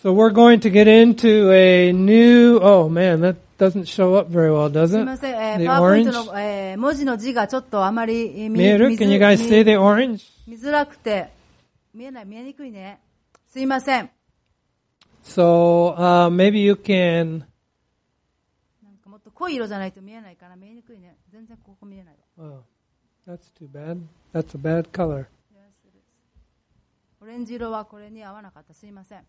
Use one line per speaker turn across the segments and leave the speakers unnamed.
So we're going to get into a new, oh man, that doesn't show up very well, does
すみ
it?
ません、えー、
The
パワーポイント
orange?
の、えー文字の字がちょっとあまりえー見
見える Can you guys see
見
the orange?
見づらくて、見えない、見えにくいね。すいません。
So uh, maybe you can,
なんかもっと濃い色じゃないと見えないから見えにくいね。全然ここ見えないわ。
oh, that's too bad. That's a bad color.
オレンジ色はこれに合わなかった。すいません。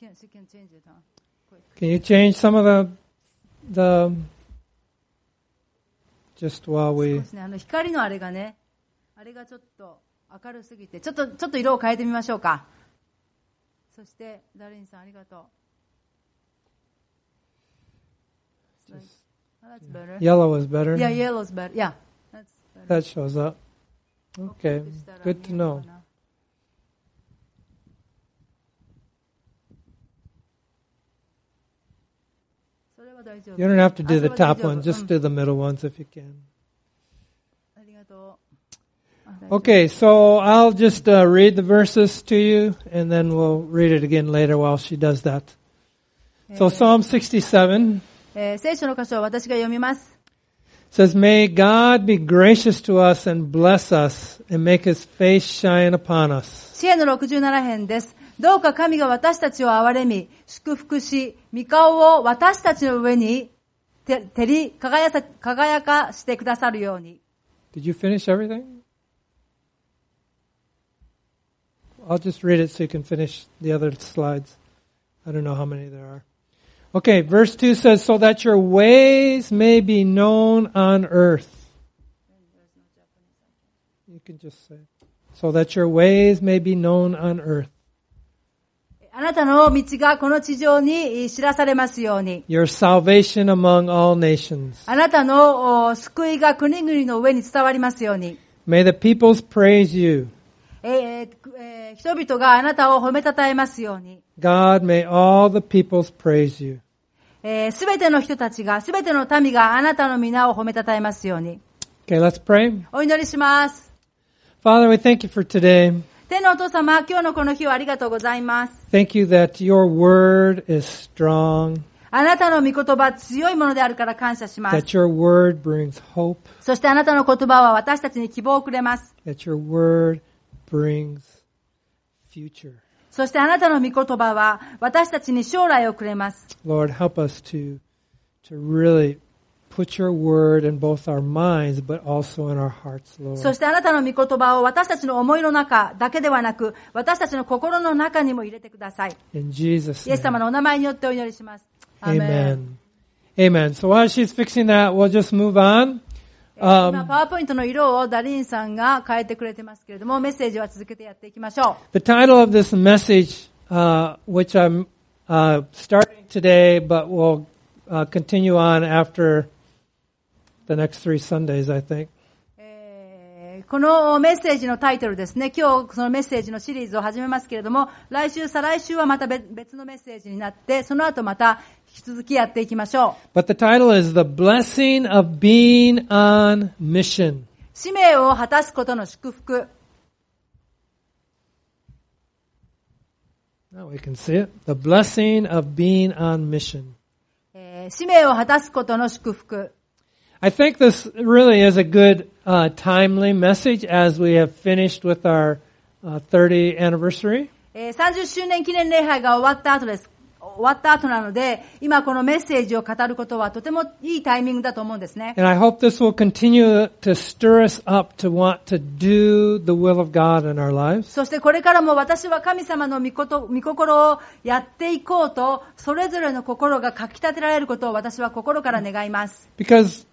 Can, she can change it, huh?
Can you change some of the, the, just while
少
we,
しね、あの光のあれがね、あれがちょっと明るすぎて、ちょっと、ちょっと色を変えてみましょうか。そして、ダリンさんありがとう。Like- Oh, that's better.
yellow is better.
Yeah, yellow's better. Yeah, that's better.
That shows up. Okay,
そしたら
good to
見える
know.
かなそれは大丈夫
You don't have to do the
あそれは
top
大丈夫
one, just
うん
do the middle ones if you can.
ありがとう。あ大丈夫
Okay, so I'll just uh, read the verses to you, and then we'll read it again later while she does that. So Psalm 67
えー聖書の箇所を私が読みます。
says, May God be gracious to us and bless us and make his face shine upon us.
支援の67編です。どうか神が私たちを憐れみ、祝福し、御顔を私たちの上にて照り輝さ輝かしてくださるように。
Did you finish everything? I'll just read it so you can finish the other slides. I don't know how many there are. Okay, verse 2 says, So that your ways may be known on earth. You can just say, So that your ways may be known on earth.
あなたの道がこの地上にえー知らされますように。
Your salvation among all nations.
あなたのお救いが国々の上に伝わりますように。
May the peoples praise you.
えーえー人々があなたを褒めたたえますように。
God, may all the peoples praise you.
す、え、べ、全ての人たちが、すべての民があなたの皆を褒めたたえますように。
Okay, let's pray.
お祈りします。
Father, we thank you for today.
天のお父様、今日のこの日をありがとうございます。
Thank you that your word is strong,
あなたの御言葉、強いものであるから感謝します。
that your word brings hope,
そしてあなたの言葉は私たちに希望をくれます。
that your word brings future.
そしてあなたの御言葉は私たちに将来をくれます。
Lord, help us to, to really put your word in both our minds, but also in our hearts,
そ
Lord.
してあなたの御言葉を私たちの思いの中だけではなく、私たちの心の中にも入れてください。
In Jesus'
イエス様
name.
のお名前によってお祈りします。アーメン
Amen. Amen. So while she's fixing that, we'll just move on.
えー
Um,
今、パワーポイントの色をダリーンさんが変えてくれてますけれども、メッセージは続けてやっていきましょ
The title of this message, uh, which I'm uh, starting today, but will uh, continue on after the next three Sundays, I think,
う。えーこのメッセージのタイトルですね、今日そのメッセージのシリーズを始めますけれども、来週、再来週はまた別別のメッセージになって、その後また引き続きやっていきましょう。
but the title is The Blessing of Being on Mission.
使命を果たすことの祝福。
Now we can see it. The Blessing of Being on Mission.
えー使命を果たすことの祝福。
I think this really is a good, uh, timely message as we have finished with our uh, 30 anniversary.
えー30周年記念礼拝が終わった後です。終わった後なので、今このメッセージを語ることはとてもいいタイミングだと思うんですね。
And I hope this will continue to stir us up to want to do the will of God in our lives.
そしてこれからも私は神様の御こと御心をやっていこうと、それぞれの心がかき立てられることを私は心から願います。
Because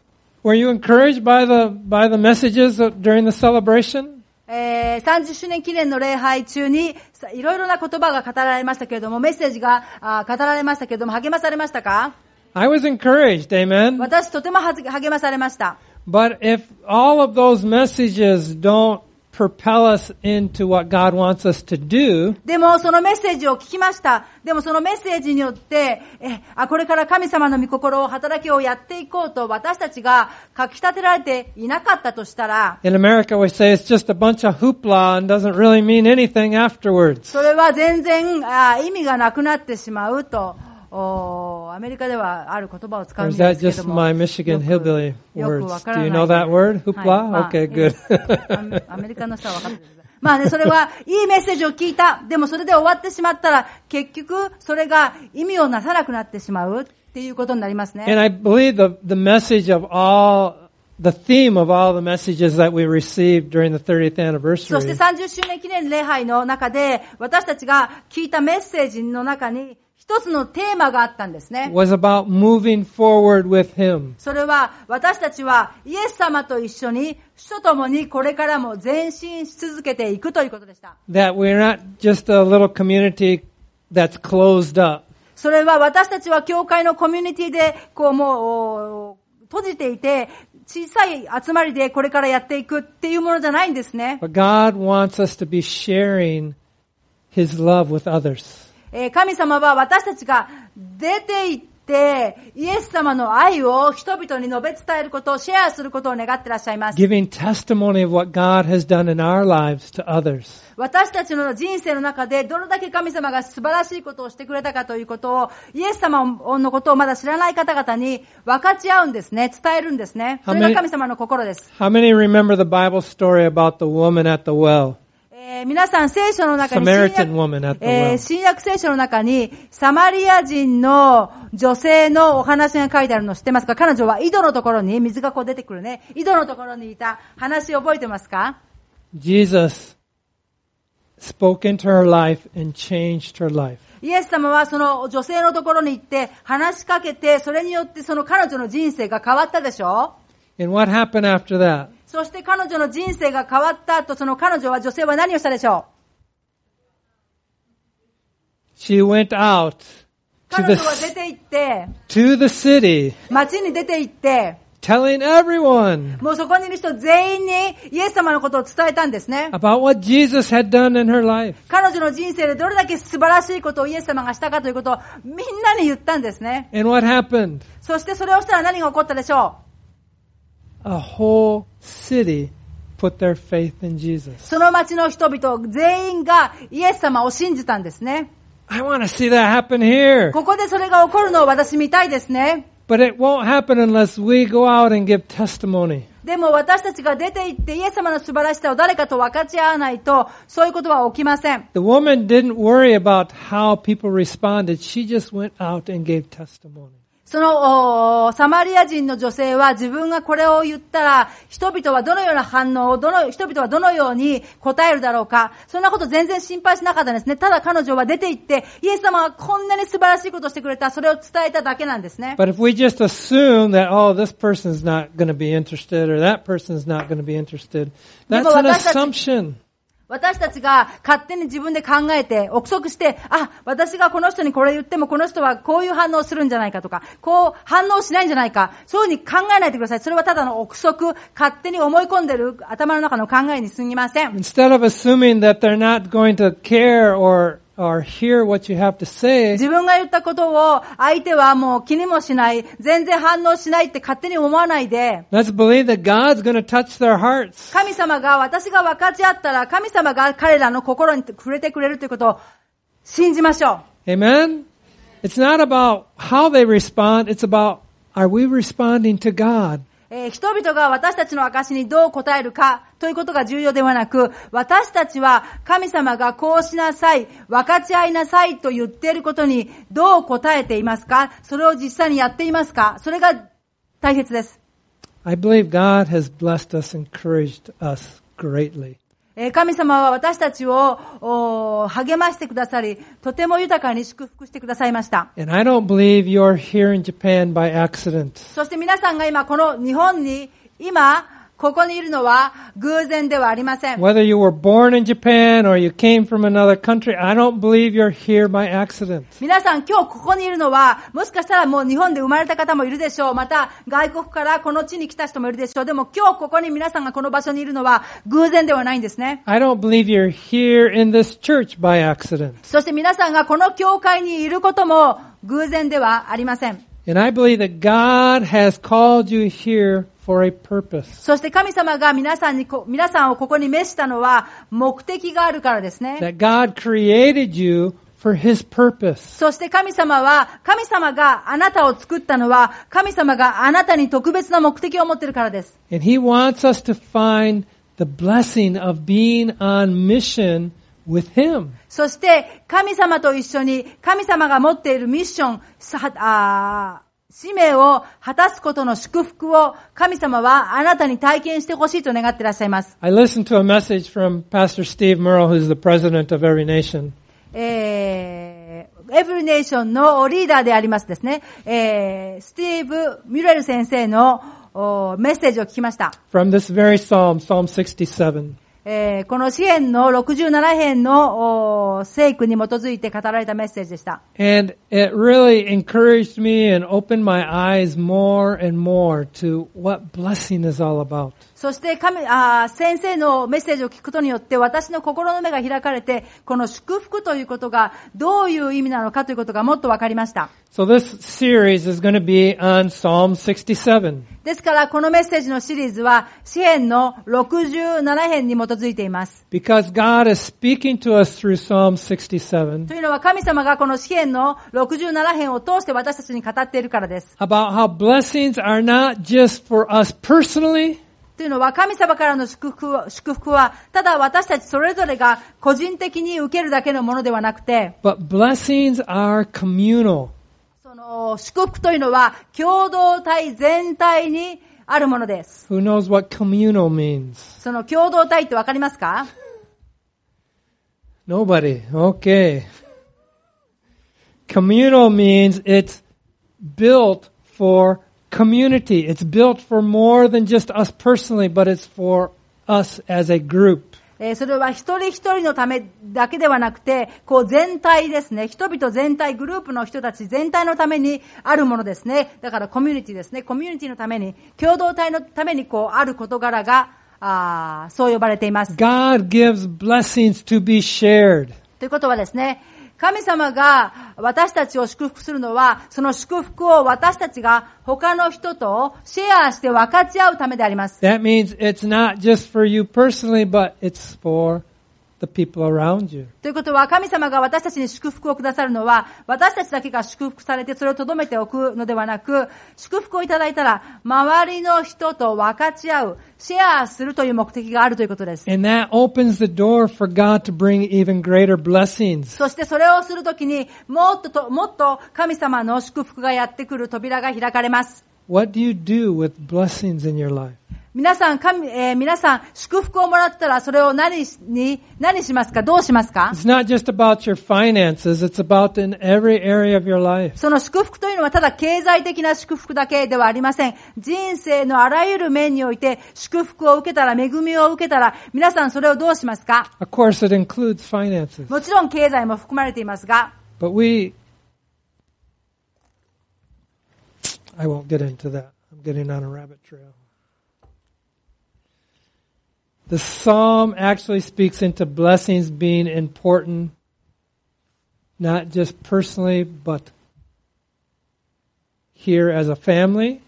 were you encouraged by the, by the messages of- during the celebration?
えー30周年記念の礼拝中に、さいろいろな言葉が語られましたけれども、メッセージがあー語られましたけれども、励まされましたか
I was encouraged, amen.
私とてもはず励まされました。
But if all of those messages don't propel us into what God wants us to do,
でも、そのメッセージを聞きました。でも、そのメッセージによって、え、あ、これから神様の御心を、働きをやっていこうと、私たちが書き立てられていなかったとしたら、
in America we say it's just a bunch of hoopla and doesn't really mean anything afterwards.
それは全然あ意味がなくなってしまうと、おアメリカではある言葉を使
Or
うん
is
で
that
すけど
just
も。
my Michigan
よく
hillbilly
よくわ
words?
か
Do
らない
you know that word?
はいま
Hoopla?
あ
Okay,
ア
good.
メアメリカの人はわかってるんですまあね、それはいいメッセージを聞いた。でもそれで終わってしまったら、結局それが意味をなさなくなってしまうっていうことになりますね
And。I believe the, the message of all, the theme of all the messages that we received during the 30th
そして
anniversary
30周年記念礼拝の中で、私たちが聞いたメッセージの中に、一つのテーマがあったんですね。
was about moving forward with Him.
それは私たちはイエス様と一緒に、主と共にこれからも前進し続けていくということでした。
That we're not just a little community that's closed up.
それは私たちは教会のコミュニティで、こうもう、お閉じていて、小さい集まりでこれからやっていくっていうものじゃないんですね。
But God wants us to be sharing His love with others.
えー神様は私たちが出て行って、イエス様の愛を人々に述べ伝えることをシェアすることを願ってらっしゃいます。
Giving testimony of what God has done in our lives to others.
私たちの人生の中でどれだけ神様が素晴らしいことをしてくれたかということを、イエス様のことをまだ知らない方々に分かち合うんですね。伝えるんですね。それが神様の心です。
How many remember the Bible story about the woman at the well?
えー皆さん聖書の中に
Samaritan woman at the well.
えー新約聖書の中にサマリア人の女性のお話が書いてあるの知ってますか彼女は井戸のところに水がこう出てくるね。井戸のところにいた話覚えてますか
Jesus spoke into her life and changed her life.
イエス様はその女性のところに行って話しかけて、それによってその彼女の人生が変わったでしょ
And what happened after that?
そして彼女の人生が変わった後、その彼女は女性は何をしたでしょ
She went out
う
to
彼女は出
the,
て行って、
to the city
街に出て行って、
telling everyone
もうそこにいる人全員にイエス様のことを伝えたんですね。
about what Jesus had done in her life.
彼女の人生でどれだけ素晴らしいことをイエス様がしたかということをみんなに言ったんですね。
And what happened?
そしてそれをしたら何が起こったでしょ
A whole city put their faith in
う
Jesus.
その町の人々全員がイエス様を信じたんですね。
I want to see that happen here.
ここでそれが起こるのを私見たいですね。
But it won't happen unless we go out and give testimony.
でも私たちが出て行ってイエス様の素晴らしさを誰かと分かち合わないと、そういうことは起きません。
The woman didn't worry about how people responded. She just went out and gave testimony.
そのおーサマリア人の女性は自分がこれを言ったら人々はどのような反応をどの人々はどのように答えるだろうかそんなこと全然心配しなかったんですねただ彼女は出て行ってイエス様はこんなに素晴らしいことをしてくれたそれを伝えただけなんですね
But if we just assume that, oh, this person's not going to be interested or that person's not going to be interested, that's an assumption.
私たちが勝手に自分で考えて憶測してあ私がこの人にこれ言ってもこの人はこういう反応をするんじゃないかとかこう反応しないんじゃないかそういうふうに考えないでくださいそれはただの憶測勝手に思い込んでる頭の中の考えに過ぎません
Instead of assuming that they're not going to care or, or hear what you have to say,
自分が言ったことを相手はもう気にもしない、全然反応しないって勝手に思わないで、
let's believe that God's going to touch their hearts.
神様が私が分かち合ったら神様が彼らの心に触れてくれるということを信じましょう。
Amen? It's not about how they respond, it's about are we responding to God?
えー人々が私たちの証にどう答えるかということが重要ではなく、私たちは神様がこうしなさい、分かち合いなさいと言っていることにどう答えていますかそれを実際にやっていますかそれが大切です。
I believe God has blessed us, encouraged us greatly.
えー神様は私たちをおー励ましてくださり、とても豊かに祝福してくださいました。
And I don't believe you're here in Japan by accident.
そして皆さんが今この日本に今ここにいるのは偶然ではありません。
Whether you were born in Japan or you came from another country, I don't believe you're here by accident.
皆さん今日ここにいるのは、もしかしたらもう日本で生まれた方もいるでしょう。また外国からこの地に来た人もいるでしょう。でも今日ここに皆さんがこの場所にいるのは偶然ではないんですね。
I don't believe you're here in this church by accident.
そして皆さんがこの教会にいることも偶然ではありません。
And I believe that God has called you here for a purpose.
そして神様が皆さんにこ、皆さんをここに召したのは目的があるからですね。
That God created you for His purpose.
そして神様は、神様があなたを作ったのは、神様があなたに特別な目的を持っているからです。
And He wants us to find the blessing of being on mission with Him.
そして神様と一緒に、神様が持っているミッション、さあー使命を果たすことの祝福を神様はあなたに体験してほしいと願っていらっしゃいます。
I listened to a message from Pastor Steve Merle, who's the president of Every Nation.
えー、エブリネーションのリーダーでありますですね、えー、スティーブ・ミュレル先生のおメッセージを聞きました。
from this very psalm, Psalm 67.
えーこの支援の67編のお聖句に基づいて語られたメッセージでした。
And it really encouraged me and opened my eyes more and more to what blessing is all about.
そして神あー先生のメッセージを聞くことによって私の心の目が開かれて、この祝福ということがどういう意味なのかということがもっと分かりました。
So this series is going to be on Psalm 67.
ですからこのメッセージのシリーズは支援の67編に基づいています。
Because God is speaking to us through Psalm 67
というのは神様がこの詩篇の67編を通して私たちに語っているからです。
about how blessings are not just for us personally,
というのは神様からの祝福は祝福は、ただ私たちそれぞれが個人的に受けるだけのものではなくて、
but blessings are communal.
その祝福というのは共同体全体にあるものです。
Who knows what communal means?
その共同体ってわかりますか
Nobody. Okay. Communal means it's built for community. It's built for more than just us personally, but it's for us as a group.
えーそれは一人一人のためだけではなくて、こう全体ですね。人々全体、グループの人たち全体のためにあるものですね。だからコミュニティですね。コミュニティのために、共同体のためにこうある事柄が、あーそう呼ばれています。
God gives blessings to be shared.
ということはですね、神様が私たちを祝福するのは、その祝福を私たちが他の人とシェアして分かち合うためであります。
That means it's not just for you personally, but it's for the people around you.
ということは、神様が私たちに祝福をくださるのは、私たちだけが祝福されて、それを留めておくのではなく、祝福をいただいたら、周りの人と分かち合う、シェアするという目的があるということです。
And that opens the door for God to bring even greater blessings.
そしてそれをするときに、もっとと、もっと神様の祝福がやってくる扉が開かれます。
What do you do with blessings in your life?
皆さん、神、えー皆さん、祝福をもらったら、それを何しに、何しますかどうしますか
It's not just about your finances, it's about in every area of your life.
その祝福というのはただ経済的な祝福だけではありません。人生のあらゆる面において祝福を受けたら、恵みを受けたら、皆さんそれをどうしますか
Of course, it includes finances,
もちろん経済も含まれていますが、
but we, I won't get into that. I'm getting on a rabbit trail. The Psalm actually speaks into blessings being important, not just personally, but here as a family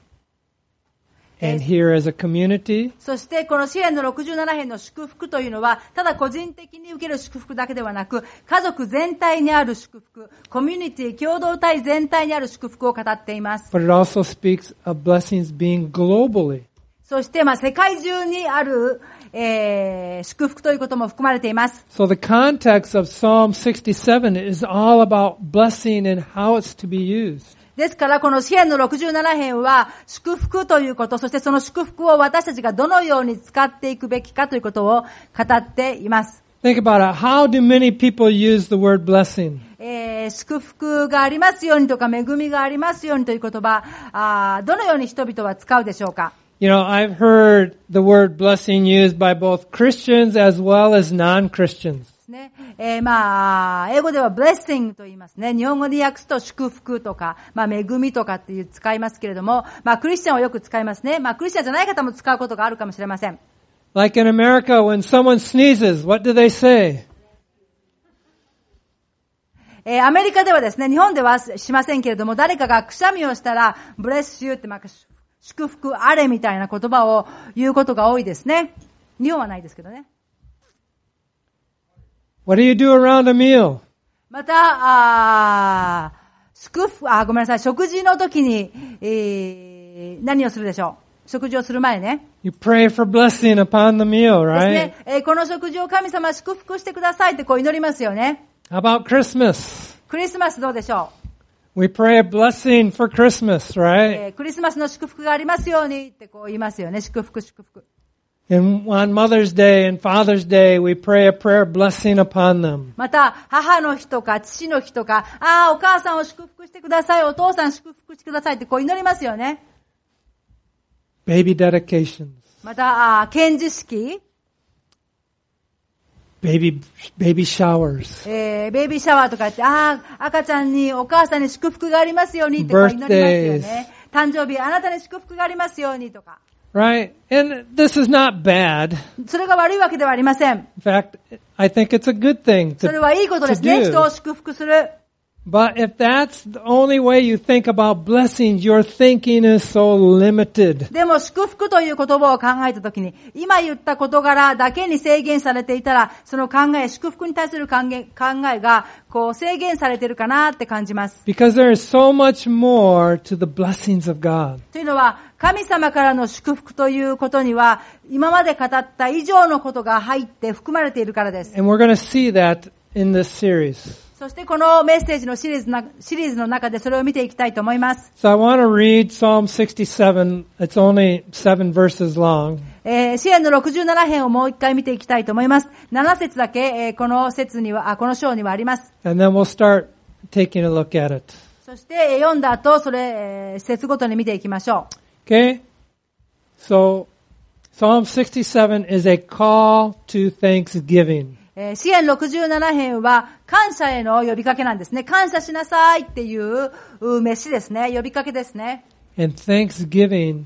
and
Yes.
here as a community.
そしてこの支援の67編の祝福というのは、ただ個人的に受ける祝福だけではなく、家族全体にある祝福、コミュニティ、共同体全体にある祝福を語っています。
but it also speaks of blessings being globally.
そして、まあ、世界中にある、えー祝福ということも含まれています。
So the context of Psalm 67 is all about blessing and how it's to be used.
ですから、この支援の67編は、祝福ということ、そしてその祝福を私たちがどのように使っていくべきかということを語っています。
Think about it. How do many people use the word blessing?
えー祝福がありますようにとか、恵みがありますようにという言葉、あーどのように人々は使うでしょうか。
You know, I've heard the word blessing used by both Christians as well as non-Christians.
すね。えーまあ、英語では blessing と言いますね。日本語で訳すと祝福とか、まあ、恵みとかっていう使いますけれども、まあ、クリスチャンはよく使いますね。まあ、クリスチャンじゃない方も使うことがあるかもしれません。
Like in America, when someone sneezes, what do they say?
えーアメリカではですね、日本ではしませんけれども、誰かがくしゃみをしたら、ブレス s ューって、まあ、祝福あれみたいな言葉を言うことが多いですね。日本はないですけどね。
What do you do around a meal?
また、あー祝福、あー、ごめんなさい、食事の時に、えー何をするでしょう食事をする前ね。
You pray for blessing upon the meal,
です
right?
ね、えーこの食事を神様祝福してくださいってこう祈りますよね。
How about Christmas?
クリスマスどうでしょ
We pray a blessing for Christmas,
う、
right?
えークリスマスの祝福がありますようにってこう言いますよね。祝福、祝福。
And on Mother's Day and Father's Day, we pray a prayer blessing upon them.
また、母の日とか父の日とか、ああ、お母さんを祝福してください、お父さん祝福してくださいってこう祈りますよね。
Baby dedications,
また、ああ、献辞式、
baby, baby showers,
えー、ベイビーシャワーとかやって、ああ、赤ちゃんにお母さんに祝福がありますようにってこう祈りますよね。誕生日、あなたに祝福がありますようにとか。
right? And this is not bad.
それが悪いわけではありません。
In fact, I think it's a good thing
それは
to,
いいことです
To
ね。
do.
人を祝福する。
but if that's the only way you think about blessings, your thinking is so limited.
でも祝福という言葉を考えたときに、今言った事柄だけに制限されていたら、その考え、祝福に対する考え考えが、こう制限されてるかなって感じます。
Because there is so much more to the blessings of God.
というのは、神様からの祝福ということには、今まで語った以上のことが入って含まれているからです。
And we're going to see that in this series.
そしてこのメッセージのシリーズなシリーズの中でそれを見ていきたいと思います。
So I want to read Psalm 67. It's only seven verses long.
えー、支援の67編をもう一回見ていきたいと思います。7節だけ、えーこの節には、あ、この章にはあります。
And then we'll start taking a look at it.
そしてえー読んだ後、それ、えー節ごとに見ていきましょ
Okay? So, Psalm 67 is a call to thanksgiving.
う。えー、支援67編は感謝への呼びかけなんですね。感謝しなさいっていうう飯ですね。呼びかけですね。
And thanksgiving,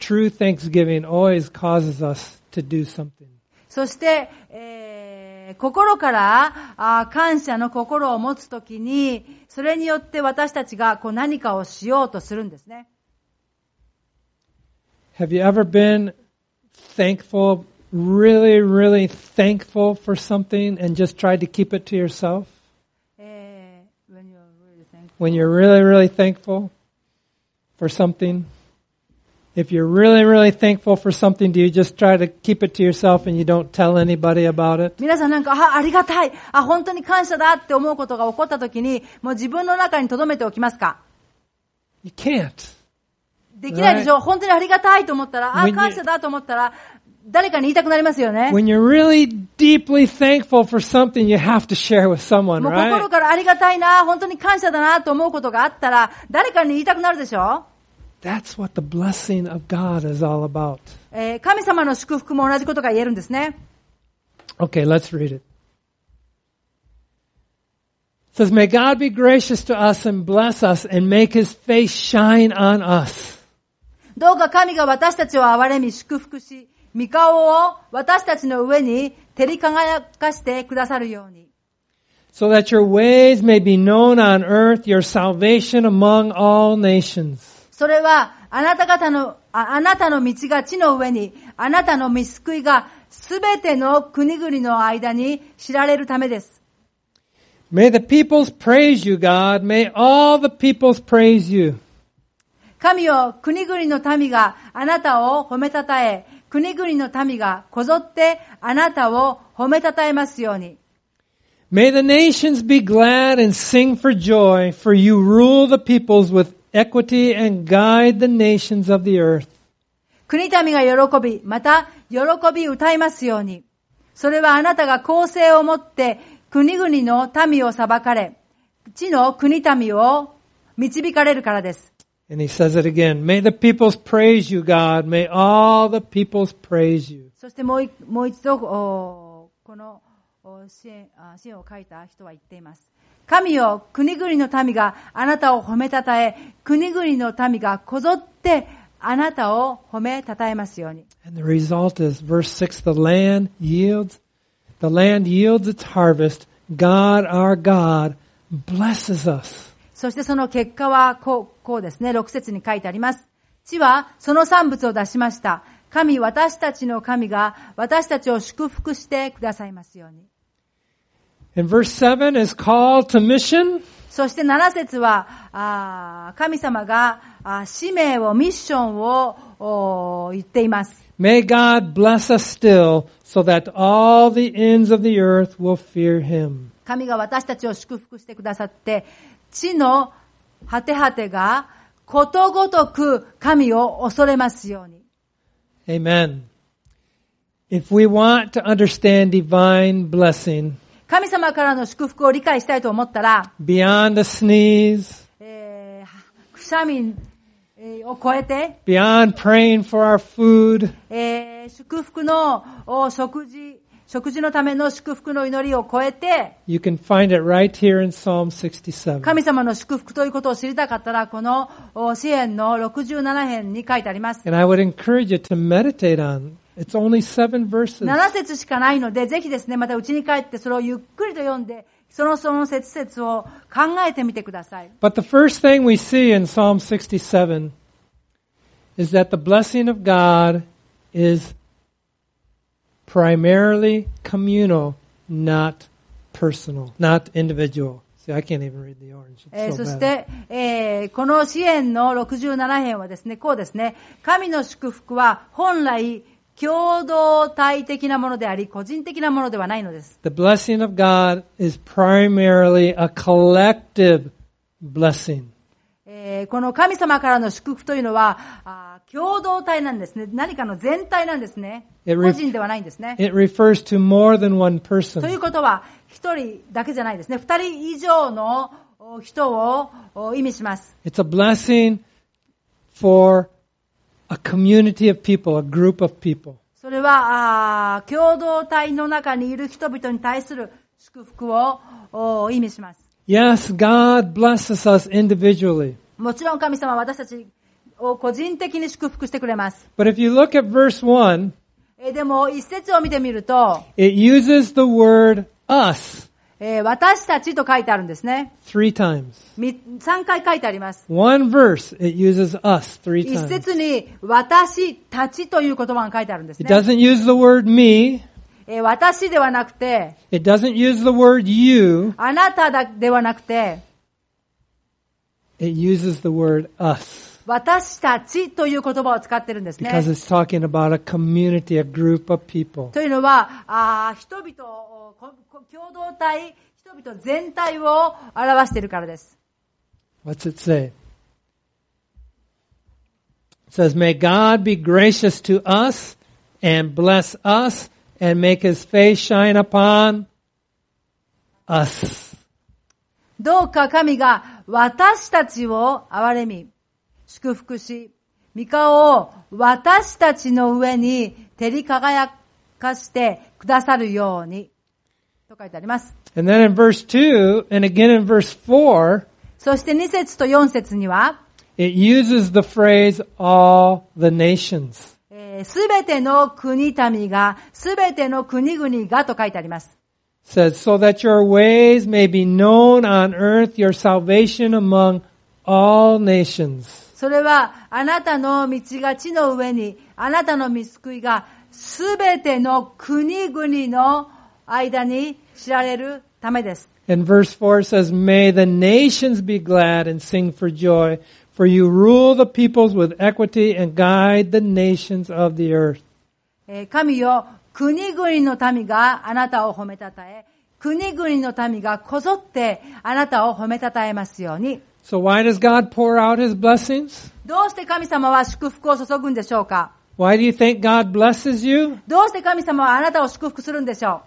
true thanksgiving always causes us to do something.
そして、えー心からあー感謝の心を持つときに、それによって私たちがこう何かをしようとするんですね。
Have you ever been thankful, really, really thankful for something and just tried to keep it to yourself?
えー when you're really thankful.
when you're really, really thankful for something? If you're really, really thankful for something, do you just try to keep it to yourself and you don't tell anybody about it?
皆さんなんか、あ、ありがたい。あ、本当に感謝だって思うことが起こったときに、もう自分の中に留めておきますか
You can't.
できないでしょ、本当にありがたいと思ったら、
When
あ、
you-
感謝だと思ったら、誰かに言いたくなりますよね。もう
When you're really deeply thankful for something, you have to share with someone,
心
right?
からありがたいな、本当に感謝だなと思うことがあったら、誰かに言いたくなるでしょ
That's what the blessing of God is all about.
えー神様の祝福も同じことが言えるんですね。
Okay, let's read it. It says, May God be gracious to us and bless us and make his face shine on us.
どうか神が私たちを憐れみ祝福し、御顔を私たちの上に照り輝かしてくださるように。
so that your ways may be known on earth, your salvation among all nations.
それは、あなた方の、ああなたの道が地の上に、あなたの見救いがすべての国々の間に知られるためです。
May the peoples praise you, God. May all the peoples praise you.
神よ、国々の民があなたを褒めたたえ、国々の民がこぞってあなたを褒めたたえますように。
May the nations be glad and sing for joy, for you rule the peoples with equity and guide the nations of the earth.
国民が喜び、また喜び歌いますように。それはあなたが公正をもって国々の民を裁かれ、地の国民を導かれるからです。
And he says it again. May the peoples praise you, God. May all the peoples praise you.
そしてもういもう一度、おーこのおー支援あ支援を書いた人は言っています。神よ、国々の民があなたを褒めたたえ、国々の民がこぞってあなたを褒めたたえますように。
And the result is verse 6, the land yields, the land yields its harvest. God, our God, blesses us.
そしてその結果はこうこうですね、6節に書いてあります。地はその産物を出しました。神、私たちの神が私たちを祝福してくださいますように。
And verse 7 is called to mission.
そして7節は、あー神様があー使命を、ミッションをおー言っています。
May God bless us still so that all the ends of the earth will fear him.
神が私たちを祝福してくださって、地の果て果てがことごとく神を恐れますように。
Amen. If we want to understand divine blessing
神様からの祝福を理解したいと思ったら、
beyond a sneeze,
えーくしゃみえーを超えて、
beyond praying for our food,
えー祝福のお食事、食事のための祝福の祈りを超えて、
you can find it right here in Psalm 67.
神様の祝福ということを知りたかったら、このお支援の67編に書いてあります。
And I would encourage you to meditate on. it. It's only seven verses.
7節しかないので、ぜひですね、また家に帰ってそれをゆっくりと読んで、そのその節々を考えてみてください。
But the first thing we see in Psalm 67 is that the blessing of God is primarily communal, not personal, not individual. See, I can't even read the orange.
えー
It's
そ
so
し
bad.
て、えーこの支援の67編はですね、こうですね、神の祝福は本来共同体的なものであり、個人的なものではないのです。
The blessing of God is primarily a collective blessing.
えーこの神様からの祝福というのは、あー共同体なんですね。何かの全体なんですね。
It
個
re-
人ではないんですね。
It refers to more than one
とい
person.
うことは、一人だけじゃないですね。二人以上のお人をお意味します。
It's a blessing for a community of people, a group of people.
それは、あー共同体の中にいる人々に対する祝福をお意味します。
Yes, God blesses us individually.
もちろん神様は私たちを個人的に祝福してくれます。
But if you look at verse 1,
えーでも、一節を見てみると、
it uses the word us
えー私たちと書いてあるんですね。
three times.
み三回書いてあります。
One verse, it uses us three
一
times.
節に、私たちという言葉が書いてあるんです
It
ね。
doesn't use the word me.
えー私ではなくて、
It doesn't use the word you.
あなただではなくて、
It uses the word us
私たちという言葉を使ってるんです
because
ね。
it's talking about a community, a group of people.
というのは、あー人々を、ここ共同体、人々全体を表しているからです。
What's it say? It says, May God be gracious to us and bless us and make his face shine upon us.
どうか神が私たちを憐れみ、祝福し、御顔を私たちの上に照り輝かしてくださるように。と書いてあります。
And then in verse 2 and again in verse 4,
そして2節と4節には、
it uses the phrase all the nations.
す、べ、ての国民が、すべての国々がと書いてあります。
It says, so that your ways may be known on earth, your salvation among all nations.
それは、あなたの道が地の上に、あなたの見救いが、すべての国々の間に知られるためです。
And verse 4 says, May the nations be glad and sing for joy, for you rule the peoples with equity and guide the nations of the earth.
えー神よ、国々の民があなたを褒めたたえ、国々の民がこぞってあなたを褒めたたえますように。
So why does God pour out his blessings?
どうして神様は祝福を注ぐんでしょうか
Why do you think God blesses you? It
どうして神様はあなたを祝福するんでしょ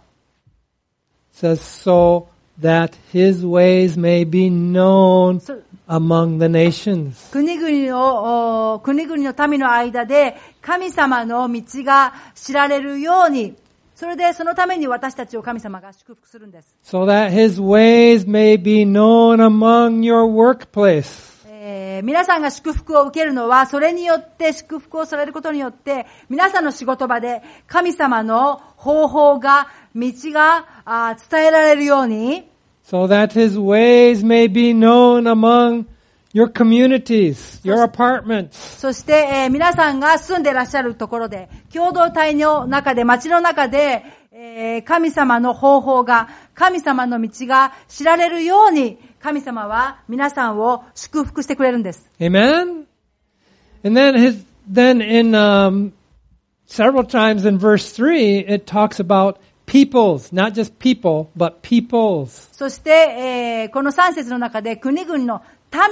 う
says, so that his ways may be known
So-
among the nations.
国々を、お国々の民の間で神様の道が知られるように、それでそのために私たちを神様が祝福するんです。
So that his ways may be known among your workplace.
えー皆さんが祝福を受けるのは、それによって祝福をされることによって、皆さんの仕事場で神様の方法が、道があー伝えられるように、
So that his ways may be known among your communities, your apartments.
そして、えー皆さんが住んでらっしゃるところで、共同体の中で、町の中で、えー神様の方法が、神様の道が知られるように、神様は皆さんを祝福してくれるんです。
Amen? And then his, then in, um, several times in verse 3, it talks about peoples, not just people, but peoples.
そして、えーこの3節の中で、国々の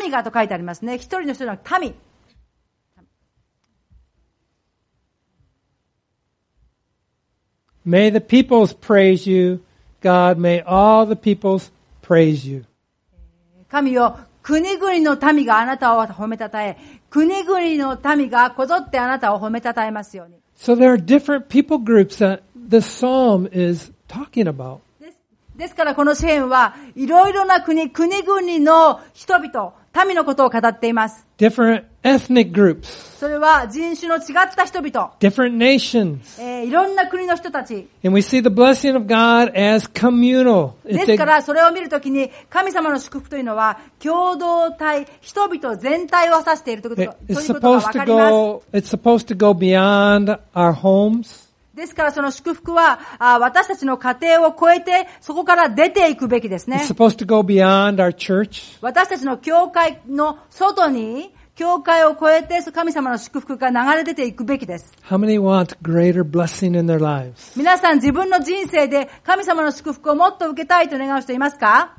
民がと書いてありますね。一人の人の民。
May the peoples praise you, God. May all the peoples praise you.
神よ、国々の民があなたを褒めたたえ、国々の民がこぞってあなたを褒めたたえますように。
So there are different people groups that this psalm is talking about.
ですですからこの詩篇はいろいろな国、国々の人々、民のことを語っています。
Different ethnic groups,
それは人種の違った人々、
different nations.
えーいろんな国の人たち。
And we see the blessing of God as communal.
で
It's
すか
a,
らそれを見るときに神様の祝福というのは共同体、人々全体を指しているということ
it- it's
ということが
supposed
わか
to
ります。
go, it's supposed to go beyond our homes.
ですからその祝福は、あ私たちの家庭を超えて、そこから出ていくべきですね
It's。supposed to go beyond our church.
私たちの教会の外に、教会を超えて神様の祝福が流れ出ていくべきです。
How many want greater blessing in their lives?
皆さん自分の人生で神様の祝福をもっと受けたいと願う人いますか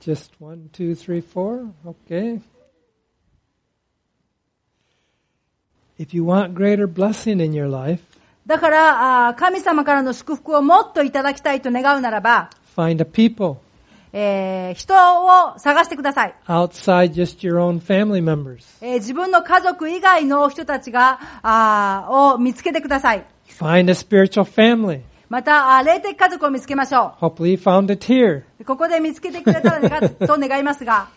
Just one, two, three, four. Okay. If you want greater blessing in your life,
だから、あ神様からの祝福をもっといただきたいと願うならば、
find a people
えー人を探してください。
outside just your own family members.
えー自分の家族以外の人たちが、あーを見つけてください。
Find a spiritual family.
また、あ霊的家族を見つけましょう。
Hopefully you found it here.
ここで見つけてくれたら願と願いますが、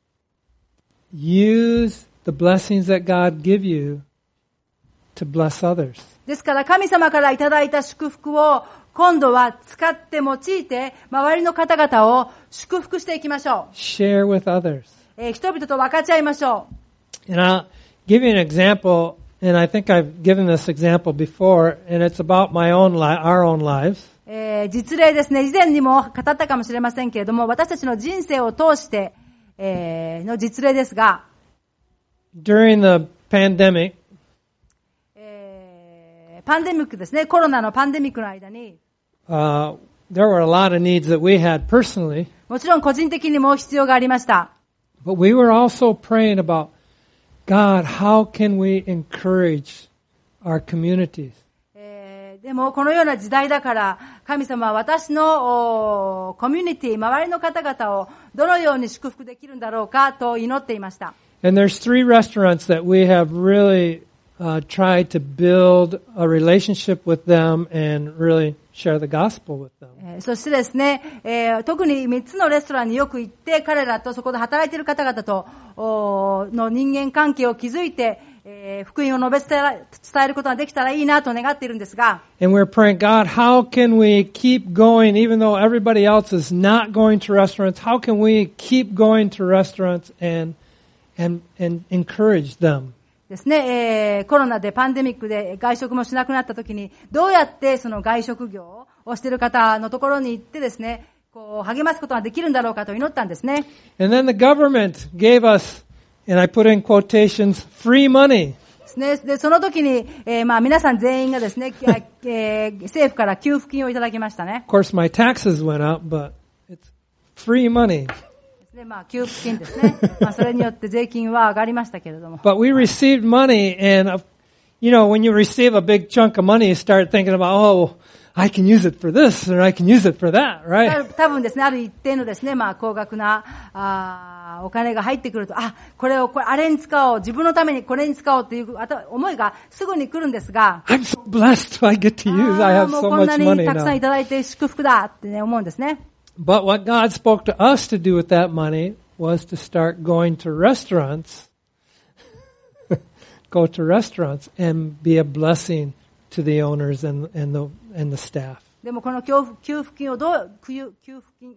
Use the blessings that God give you to bless others.
ですから神様からいただいた祝福を今度は使って用いて、周りの方々を祝福していきましょ
Share with others.
う。えー人々と分かち合いましょ
And I'll give you an example, and I think I've given this example before, and it's about my own li- our own lives.
う。えー実例ですね、以前にも語ったかもしれませんけれども、私たちの人生を通して、えーの実例ですが、
During the pandemic,
えーパンデミックですね、コロナのパンデミックの間に、
uh, there were a lot of needs that we had personally,
もちろん個人的にも必要がありました。
but we were also praying about God, how can we encourage our communities?
えーでもこのような時代だから神様は私のおーコミュニティ周りの方々をどのように祝福できるんだろうかと祈っていました、
And there's three restaurants that we have really uh, tried to build a relationship with them and really share the gospel with them.
えーそしてですね、えー特に3つのレストランによく行って彼らとそこで働いている方々とおーの人間関係を築いて、えー福音を述べ伝えら伝えることができたらいいなと願っているんですが
And we're praying, God, how can we keep going even though everybody else is not going to restaurants? How can we keep going to restaurants and and and encourage them?
ですね、えーコロナでパンデミックで外食もしなくなった時に、どうやってその外食業をしている方のところに行ってですね、こう励ますことができるんだろうかと祈ったんですね。
And then the government gave us, and I put in quotations, free money.
ですね。で、その時に、えーまあ皆さん全員がですね、あえー政府から給付金をいただきましたね
Of。course, my taxes went up, but it's free money.
ですね、まあ給付金ですね。 まあそれによって税金は上がりましたけれども。
But we received money, and uh, you know, when you receive a big chunk of money, you start thinking about, oh, I can use it for this or I can use it for that,
た
right?
多分ですね、ある一定のですね、まあ、高額な、あーお金が入ってくると、あ、これを、これ、あれに使おう、自分のためにこれに使おうっていう、あと、思いがすぐに来るんですが、
I'm so blessed I get to
あ
use, I
ー
have
もう
so
こんな
much
に
money
たくさんい
now.
ただいて祝福だってね、思うんですね。
But what God spoke to us to do with that money was to start going to restaurants, go to restaurants and be a blessing to the owners and, and the, and the staff.
でもこの給付給付金をどう給付給付金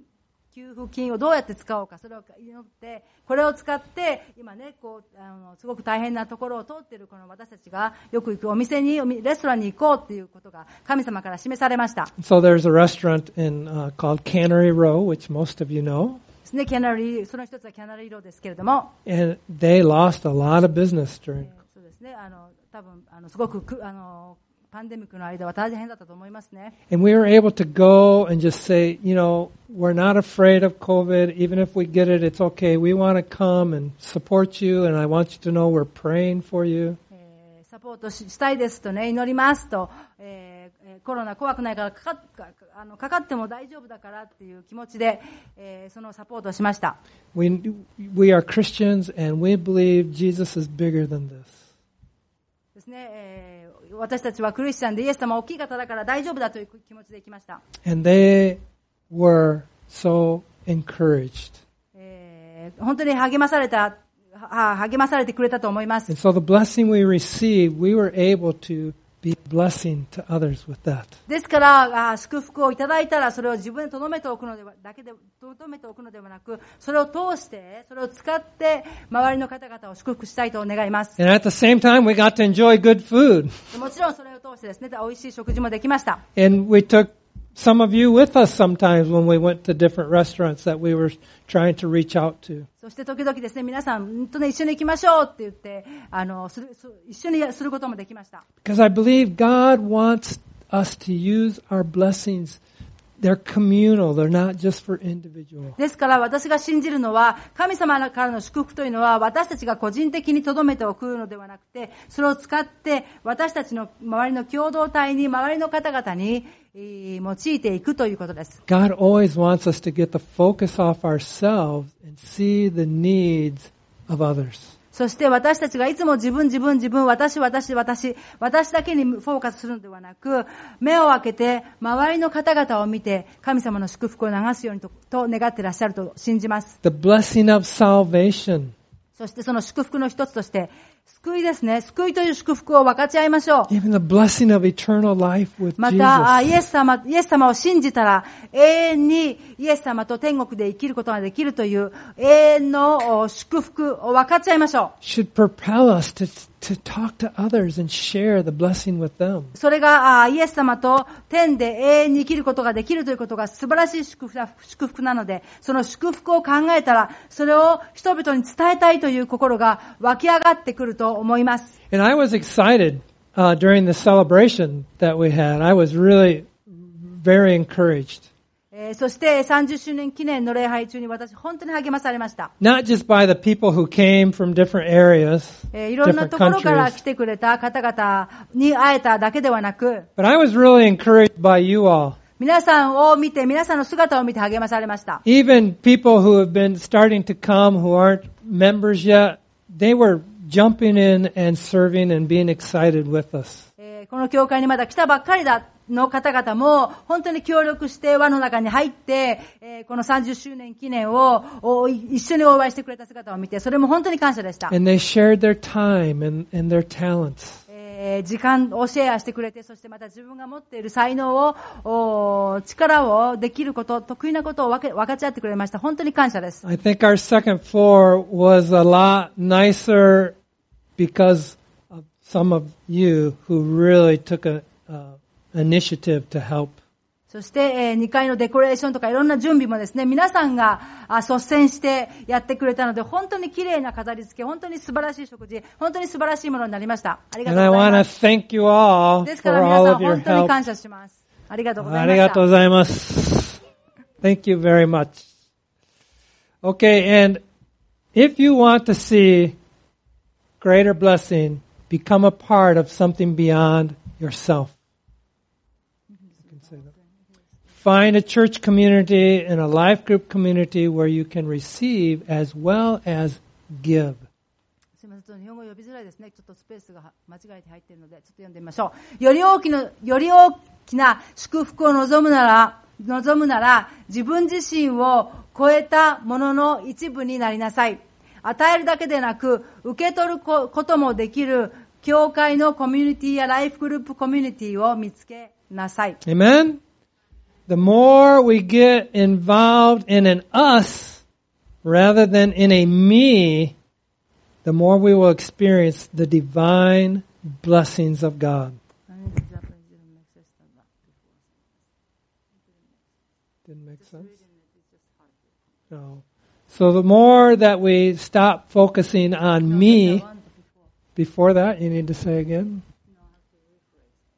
給付金をどうやって使おうかそれを祈ってこれを使って今ねこうあのすごく大変なところを通っているこの私たちがよく行くお店におみレストランに行こうっていうことが神様から示されました
So there's a restaurant in, uh, called Cannery Row, which most of you know.
ですねキャナリその一つはキャナリ色ですけれども
And they lost a lot of business
え
during
ーそうですねあの多分あのすごくくあのパンデミックの間は大変だったと思いますね
And we were able to go and just say, you know, we're not afraid of COVID. Even if we get it, it's okay. We want to come and support you, and I want you to know we're praying for you.
えーサポートししたいですとね、祈りますと、えーえーコロナ怖くないからかかっかあのかかっても大丈夫だからっていう気持ちで、えーそのサポートをしました。
We, we are Christians, and we believe Jesus is bigger than this.
ですね、えー私たちはクリスチャンでイエス様は大きい方だから大丈夫だという気持ちで行きました。
And they were so encouraged.
えー本当に励まされた、は励まされてくれたと思います。
And so the blessing we received, we were able to be a blessing to others with that.
ですから、あー祝福をいただいたら、それを自分で留めておくのでは、だけで、留めておくのではなく、それを通して、それを使って、周りの方々を祝福したいと願います。
And at the same time, we got to enjoy good food.
もちろんそれを通してですね、美味しい食事もできました。
And we took some of you with us sometimes when we went to different restaurants that we were trying to reach out to.
そして時々ですね、皆さん、本当に一緒に行きましょうって言って、あの、する、す一緒にすることもできました。
Because I believe God wants us to use our blessings. They're communal. They're not just for individual.
ですから私が信じるのは、神様からの祝福というのは、私たちが個人的に留めておくのではなくて、それを使って、私たちの周りの共同体に、周りの方々に、えー用いていくということです。
God always wants us to get the focus off ourselves and see the needs of others.
そして私たちがいつも自分自分自分、私私私、私だけにフォーカスするのではなく、目を開けて周りの方々を見て、神様の祝福を流すようにとと願ってらっしゃると信じます。
The blessing of salvation.
そしてその祝福の一つとして、救いですね。救いという祝福を分かち合いましょう。
Even the blessing of eternal life with
また、あ
Jesus.
イエス様、イエス様を信じたら、永遠にイエス様と天国で生きることができるという、永遠のお祝福を分かち合いましょう。
Should propel us to, to talk to others and share the blessing with them.
それが、あーイエス様と天で永遠に生きることができるということが素晴らしい祝福だ祝福なので、その祝福を考えたら、それを人々に伝えたいという心が湧き上がってくると思います。
And I was excited uh, during the celebration that we had. I was really very encouraged,
えーそして30周年記念の礼拝中に私本当に励まされました。
not just by the people who came from different areas,
えーいろんな
different
ところから
countries,
来てくれた方々に会えただけではなく、
but I was really encouraged by you all.
皆さんを見て、皆さんの姿を見て励まされました。
Even people who have been starting to come who aren't members yet, they were jumping in and serving and being excited with us.
えーこの教会にまだ来たばっかりだの方々も、本当に協力して輪の中に入って、えーこの30周年記念をおい一緒にお会いしてくれた姿を見て、それも本当に感謝でした。
And they shared their time and, and their talents.
えー時間をシェアしてくれて、そしてまた自分が持っている才能を、お力をできること、得意なことを分け分かち合ってくれました。本当に感謝です。
I think our second floor was a lot nicer because of some of you who really took a uh, initiative to help.
そして、え2階のデコレーションとかいろんな準備もですね、皆さんがあ率先してやってくれたので、本当に綺麗な飾り付け、本当に素晴らしい食事、本当に素晴らしいものになりました。ありが
And
と
I
うござい
want
ま
to
す。
thank you all
です
for
から皆
all
さん
of your
本当に
help.
感謝します。ありがとうござ
あ
い
り
ま
が
した
とうご。ざいます。Thank you very much. Okay, and if you want to see greater blessing, become a part of something beyond yourself. You can say Find a church community and a life group community where you can receive as well as give.
すみません、ちょっと日本語呼びづらいですね。ちょっとスペースが間違えて入っているので、ちょっと読んでみましょう。より大きな、より大きな祝福を望むなら、望むなら、自分自身を超えたものの一部になりなさい。与えるだけでなく、受け取るここともできる、教会のコミュニティやライフグループコミュニティを見つけなさい。
Amen? The more we get involved in an us rather than in a me, the more we will experience the divine blessings of God. Didn't make sense? No. So the more that we stop focusing on me, before that, you need to say again.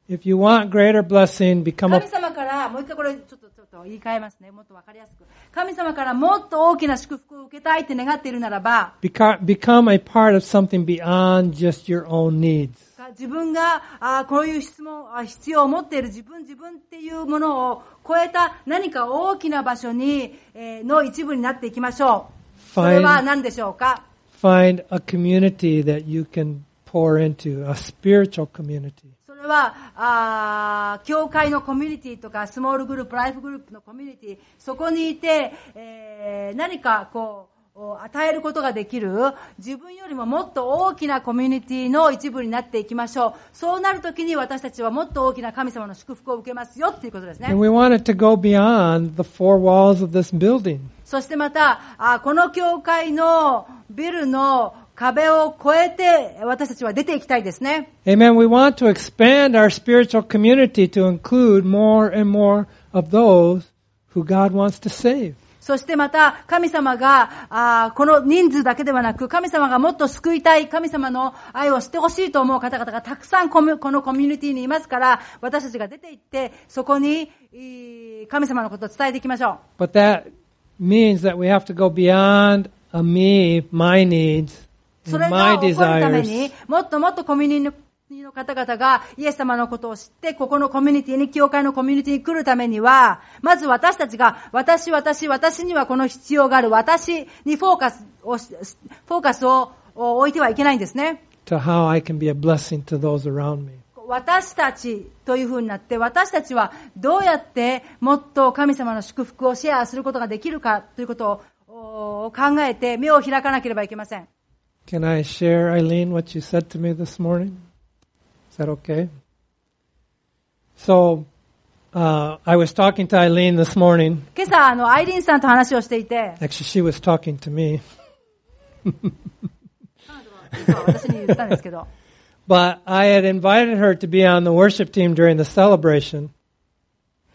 If you want greater blessing, become a
神様から、もう一回これちょっとちょっと言い換えますね。もっとわかりやすく。神様からもっと大きな祝福を受けたいって願っているならば、
Beca- become a part of something beyond just your own needs.
自分があーこういう質問、あー必要を持っている自分、自分っていうものを超えた何か大きな場所に、えーの一部になっていきましょう。それは
Find,
何でしょうか
find a community that you can pour into, a spiritual community.
それは、あー教会のコミュニティとか、スモールグループ、ライフグループのコミュニティ、そこにいて、えー何かこう、お与えることができる、自分よりももっと大きなコミュニティの一部になっていきましょう。そうなるときに私たちはもっと大きな神様の祝福を受けますよっていうことですね
And。we want it to go beyond the four walls of this building.
そしてまた、あこの教会のビルの壁を越えて、私たちは出ていきたいですね。
Amen. We want to expand our spiritual community to include more and more of those who God wants to save.
そしてまた、神様が、あこの人数だけではなく、神様がもっと救いたい、神様の愛を知ってほしいと思う方々がたくさんこむこのコミュニティにいますから、私たちが出て行って、そこに、いい神様のことを伝えていきましょう。
But that means that we have to go beyond a me, my needs,
そ
and
れ
my
が起こるため
desires.
に、もっともっとコミュニティの方々がイエス様のことを知って、ここのコミュニティに、教会のコミュニティに来るためには、まず私たちが、私、私、私にはこの必要がある、私にフォーカスをし、フォーカスをお置いてはいけないんですね。
to how I can be a blessing to those around me.
私たちというふうになって、私たちはどうやってもっと神様の祝福をシェアすることができるかということをお考えて目を開かなければいけません。
Can I share, Eileen, what you said to me this morning? Is that okay? So, uh, I was talking to Eileen this morning.
今朝、あの、アイリーンさんと話をしていて、
Actually, she was talking to me.
そう私に言ったんですけど
But I had invited her to be on the worship team during the celebration.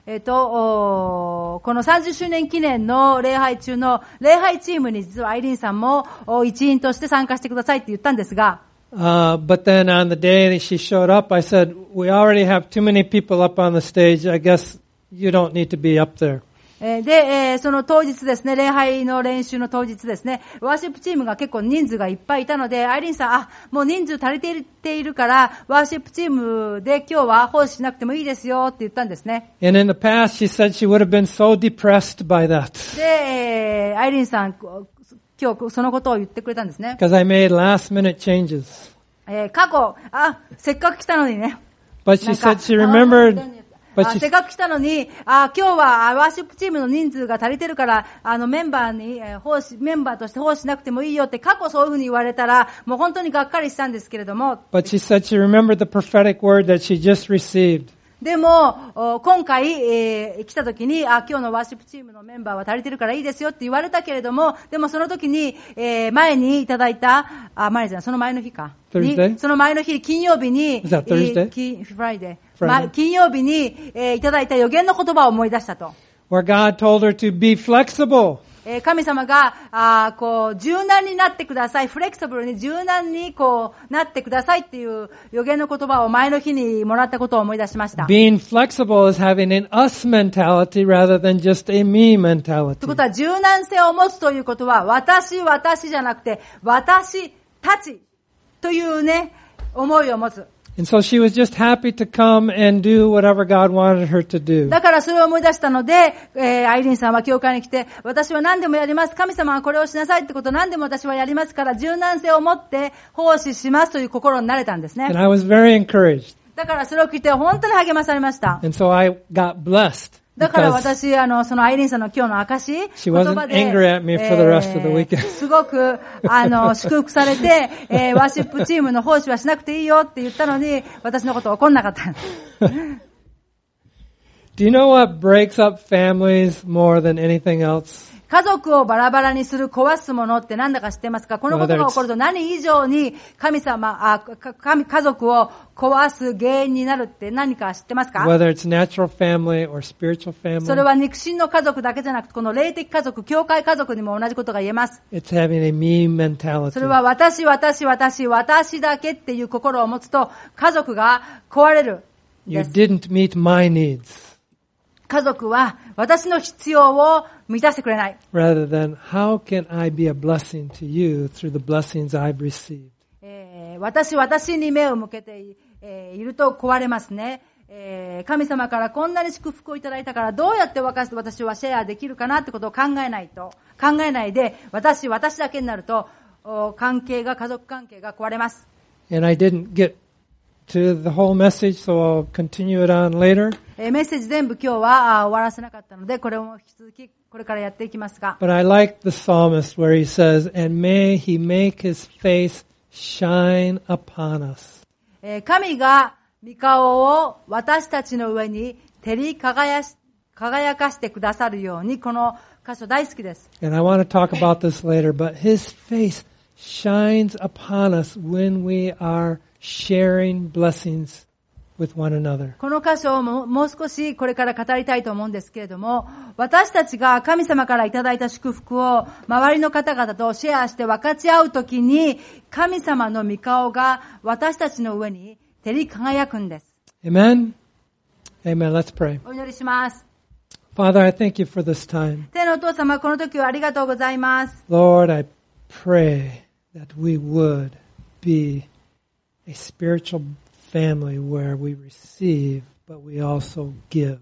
えっとおーこの30周年記念の礼拝中の礼拝チームに実はアイリーンさんもお一員として参加してくださいって言ったんですが
Uh, but then on the day that she showed up, I said, we already have too many people up on the stage. I guess you don't need to be up there.
えーで、えーその当日ですね、礼拝の練習の当日ですね、ワーシップチームが結構人数がいっぱいいたので、アイリーンさん、あ、もう人数足りているているから、ワーシップチームで今日は奉仕しなくてもいいですよって言ったんですね。
And in the past, she said she would have been so depressed by that.
で、えーアイリーンさん、こ今日そのことを言ってくれたんですね。
because I made last minute changes.
えー過去、あ、せっかく来たのにね。
But she
なんか
said she remembered,
あ
but
せっ
she,
かく来たのに、あ今日はあワーシップチームの人数が足りてるから、あのメンバーに、えー奉仕、メンバーとして奉仕しなくてもいいよって過去そういうふうに言われたら、もう本当にがっかりしたんですけれども、
but she said she remembered the prophetic word that she just received.
でも、お今回、えー来た時に、あ今日のワーシップチームのメンバーは足りてるからいいですよって言われたけれども、でもその時に、えー前にいただいた、あ、前じゃない、その前の日か。
Thursday？
にその前の日、金曜日に、
Is that Thursday？
き Friday
Friday
ま金曜日に、えーいただいた予言の言葉を思い出したと。
Where God told her to be flexible.
えー神様が、あーこう、柔軟になってください。フレキシブルに柔軟に、こう、なってくださいっていう予言の言葉を前の日にもらったことを思い出しました。という
Being flexible is having an us mentality rather than just a me mentality.
ことは、柔軟性を持つということは、私、私じゃなくて、私たちというね、思いを持つ。
And so she was just happy to come and do whatever God wanted her to do.
だからそれを思い出したので、えーアイリーンさんは教会に来て、私は何でもやります。神様はこれをしなさいってことを何でも私はやりますから、柔軟性を持って奉仕しますという心になれたんですね
And。I was very encouraged.
だからそれを聞いて本当に励まされました。
And so I got blessed.
だから
Because
私、あの、そのアイリーンさんの今日の証、
She wasn't
言葉で
angry at me for the rest of the weekend.
すごく、あの、祝福されて、えーワーシップチームの奉仕はしなくていいよって言ったのに、私のこと怒んなかった。
do you know what breaks up families more than anything else?
家族をバラバラにする、壊すものってなんだか知ってますかこのことが起こると何以上に神様、あ、か神、家族を壊す原因になるって何か知ってますか
Whether it's natural family or spiritual
それ
family,
は肉親の家族だけじゃなくて、この霊的家族、教会家族にも同じことが言えます。
it's having a me mentality.
それは私、私、私、私だけっていう心を持つと、家族が壊れる。
You
です。
didn't meet my needs.
家族は私の必要を満たしてくれない。
Rather than, how can I be a blessing to you through the blessings I've received?
えー私、私に目を向けてい,、えーいると壊れますね。えー神様からこんなに祝福をいただいたからどうやって私はシェアできるかなってことを考えないと、考えないで私、私だけになると、お関係が、家族関係が壊れます。
And I didn't get to the whole message, so I'll continue it on later.
えーメッセージ全部今日はあー終わらせなかったので、これも引き続きこれからやっていきますが、
But I like the psalmist where he says, and may he make his face shine upon us.
えー神が御顔を私たちの上に照り輝し輝かしてくださるように、この箇所大好きです。
And I want to talk about this later, but his face shines upon us when we are sharing blessings with one another.
この箇所をももう少しこれから語りたいと思うんですけれども、私たちが神様からいただいた祝福を周りの方々とシェアして分かち合うときに、神様の御顔が私たちの上に照り輝くんです。
Amen? Amen. Let's pray.
お祈りします。
Father, I thank you for this time.
天のお父様、この時はありがとうございます。
Lord, I pray that we would be a spiritual family where we receive, but we also give.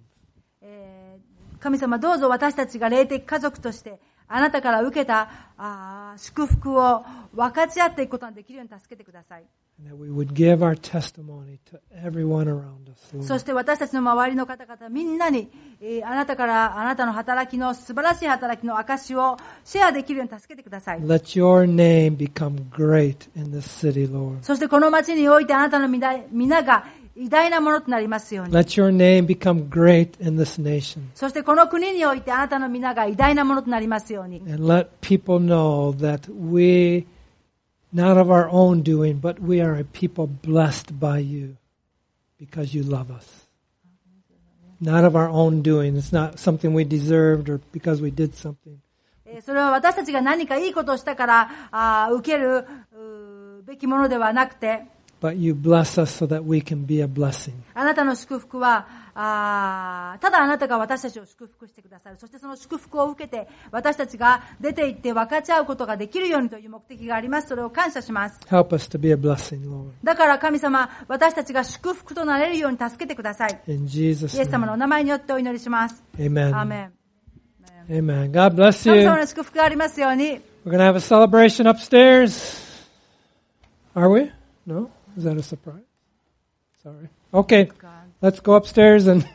えー神様、どうぞ私たちが霊的家族として、あなたから受けたあー祝福を分かち合っていくことができるように助けてください。
And that we would give our testimony to everyone around us, Lord.
そして私たちの周りの方々みんなに、えーあなたからあなたの働きの素晴らしい働きの証をシェアできるように助けてください。
Let your name become great in this city, Lord.
そしてこの町においてあなたの皆皆が偉大なものとなりますように。
Let your name become great in this nation.
そしてこの国においてあなたの皆が偉大なものとなりますように。
And let people know that we, not of our own doing, but we are a people blessed by you because you love us. Not of our own doing. It's not something we deserved or because we did something.
えーそれは私たちが何かいいことをしたからあー受けるうーべきものではなくて、
But you bless us so that we can be a blessing.
あなたの祝福は、あーただあなたが私たちを祝福してくださる。そしてその祝福を受けて、私たちが出て行って分かち合うことができるようにという目的があります。それを感謝します。
Help us to be a blessing, Lord.
だから神様、私たちが祝福となれるように助けてください。
In Jesus'
イエス様のお
name.
名前によってお祈りします。ア
Amen.
ーメン。
Amen. God bless
神
you.
様の祝福がありますように。
We're going to have a celebration upstairs. Are we? No? Is that a surprise? Sorry. Okay. Let's go upstairs and.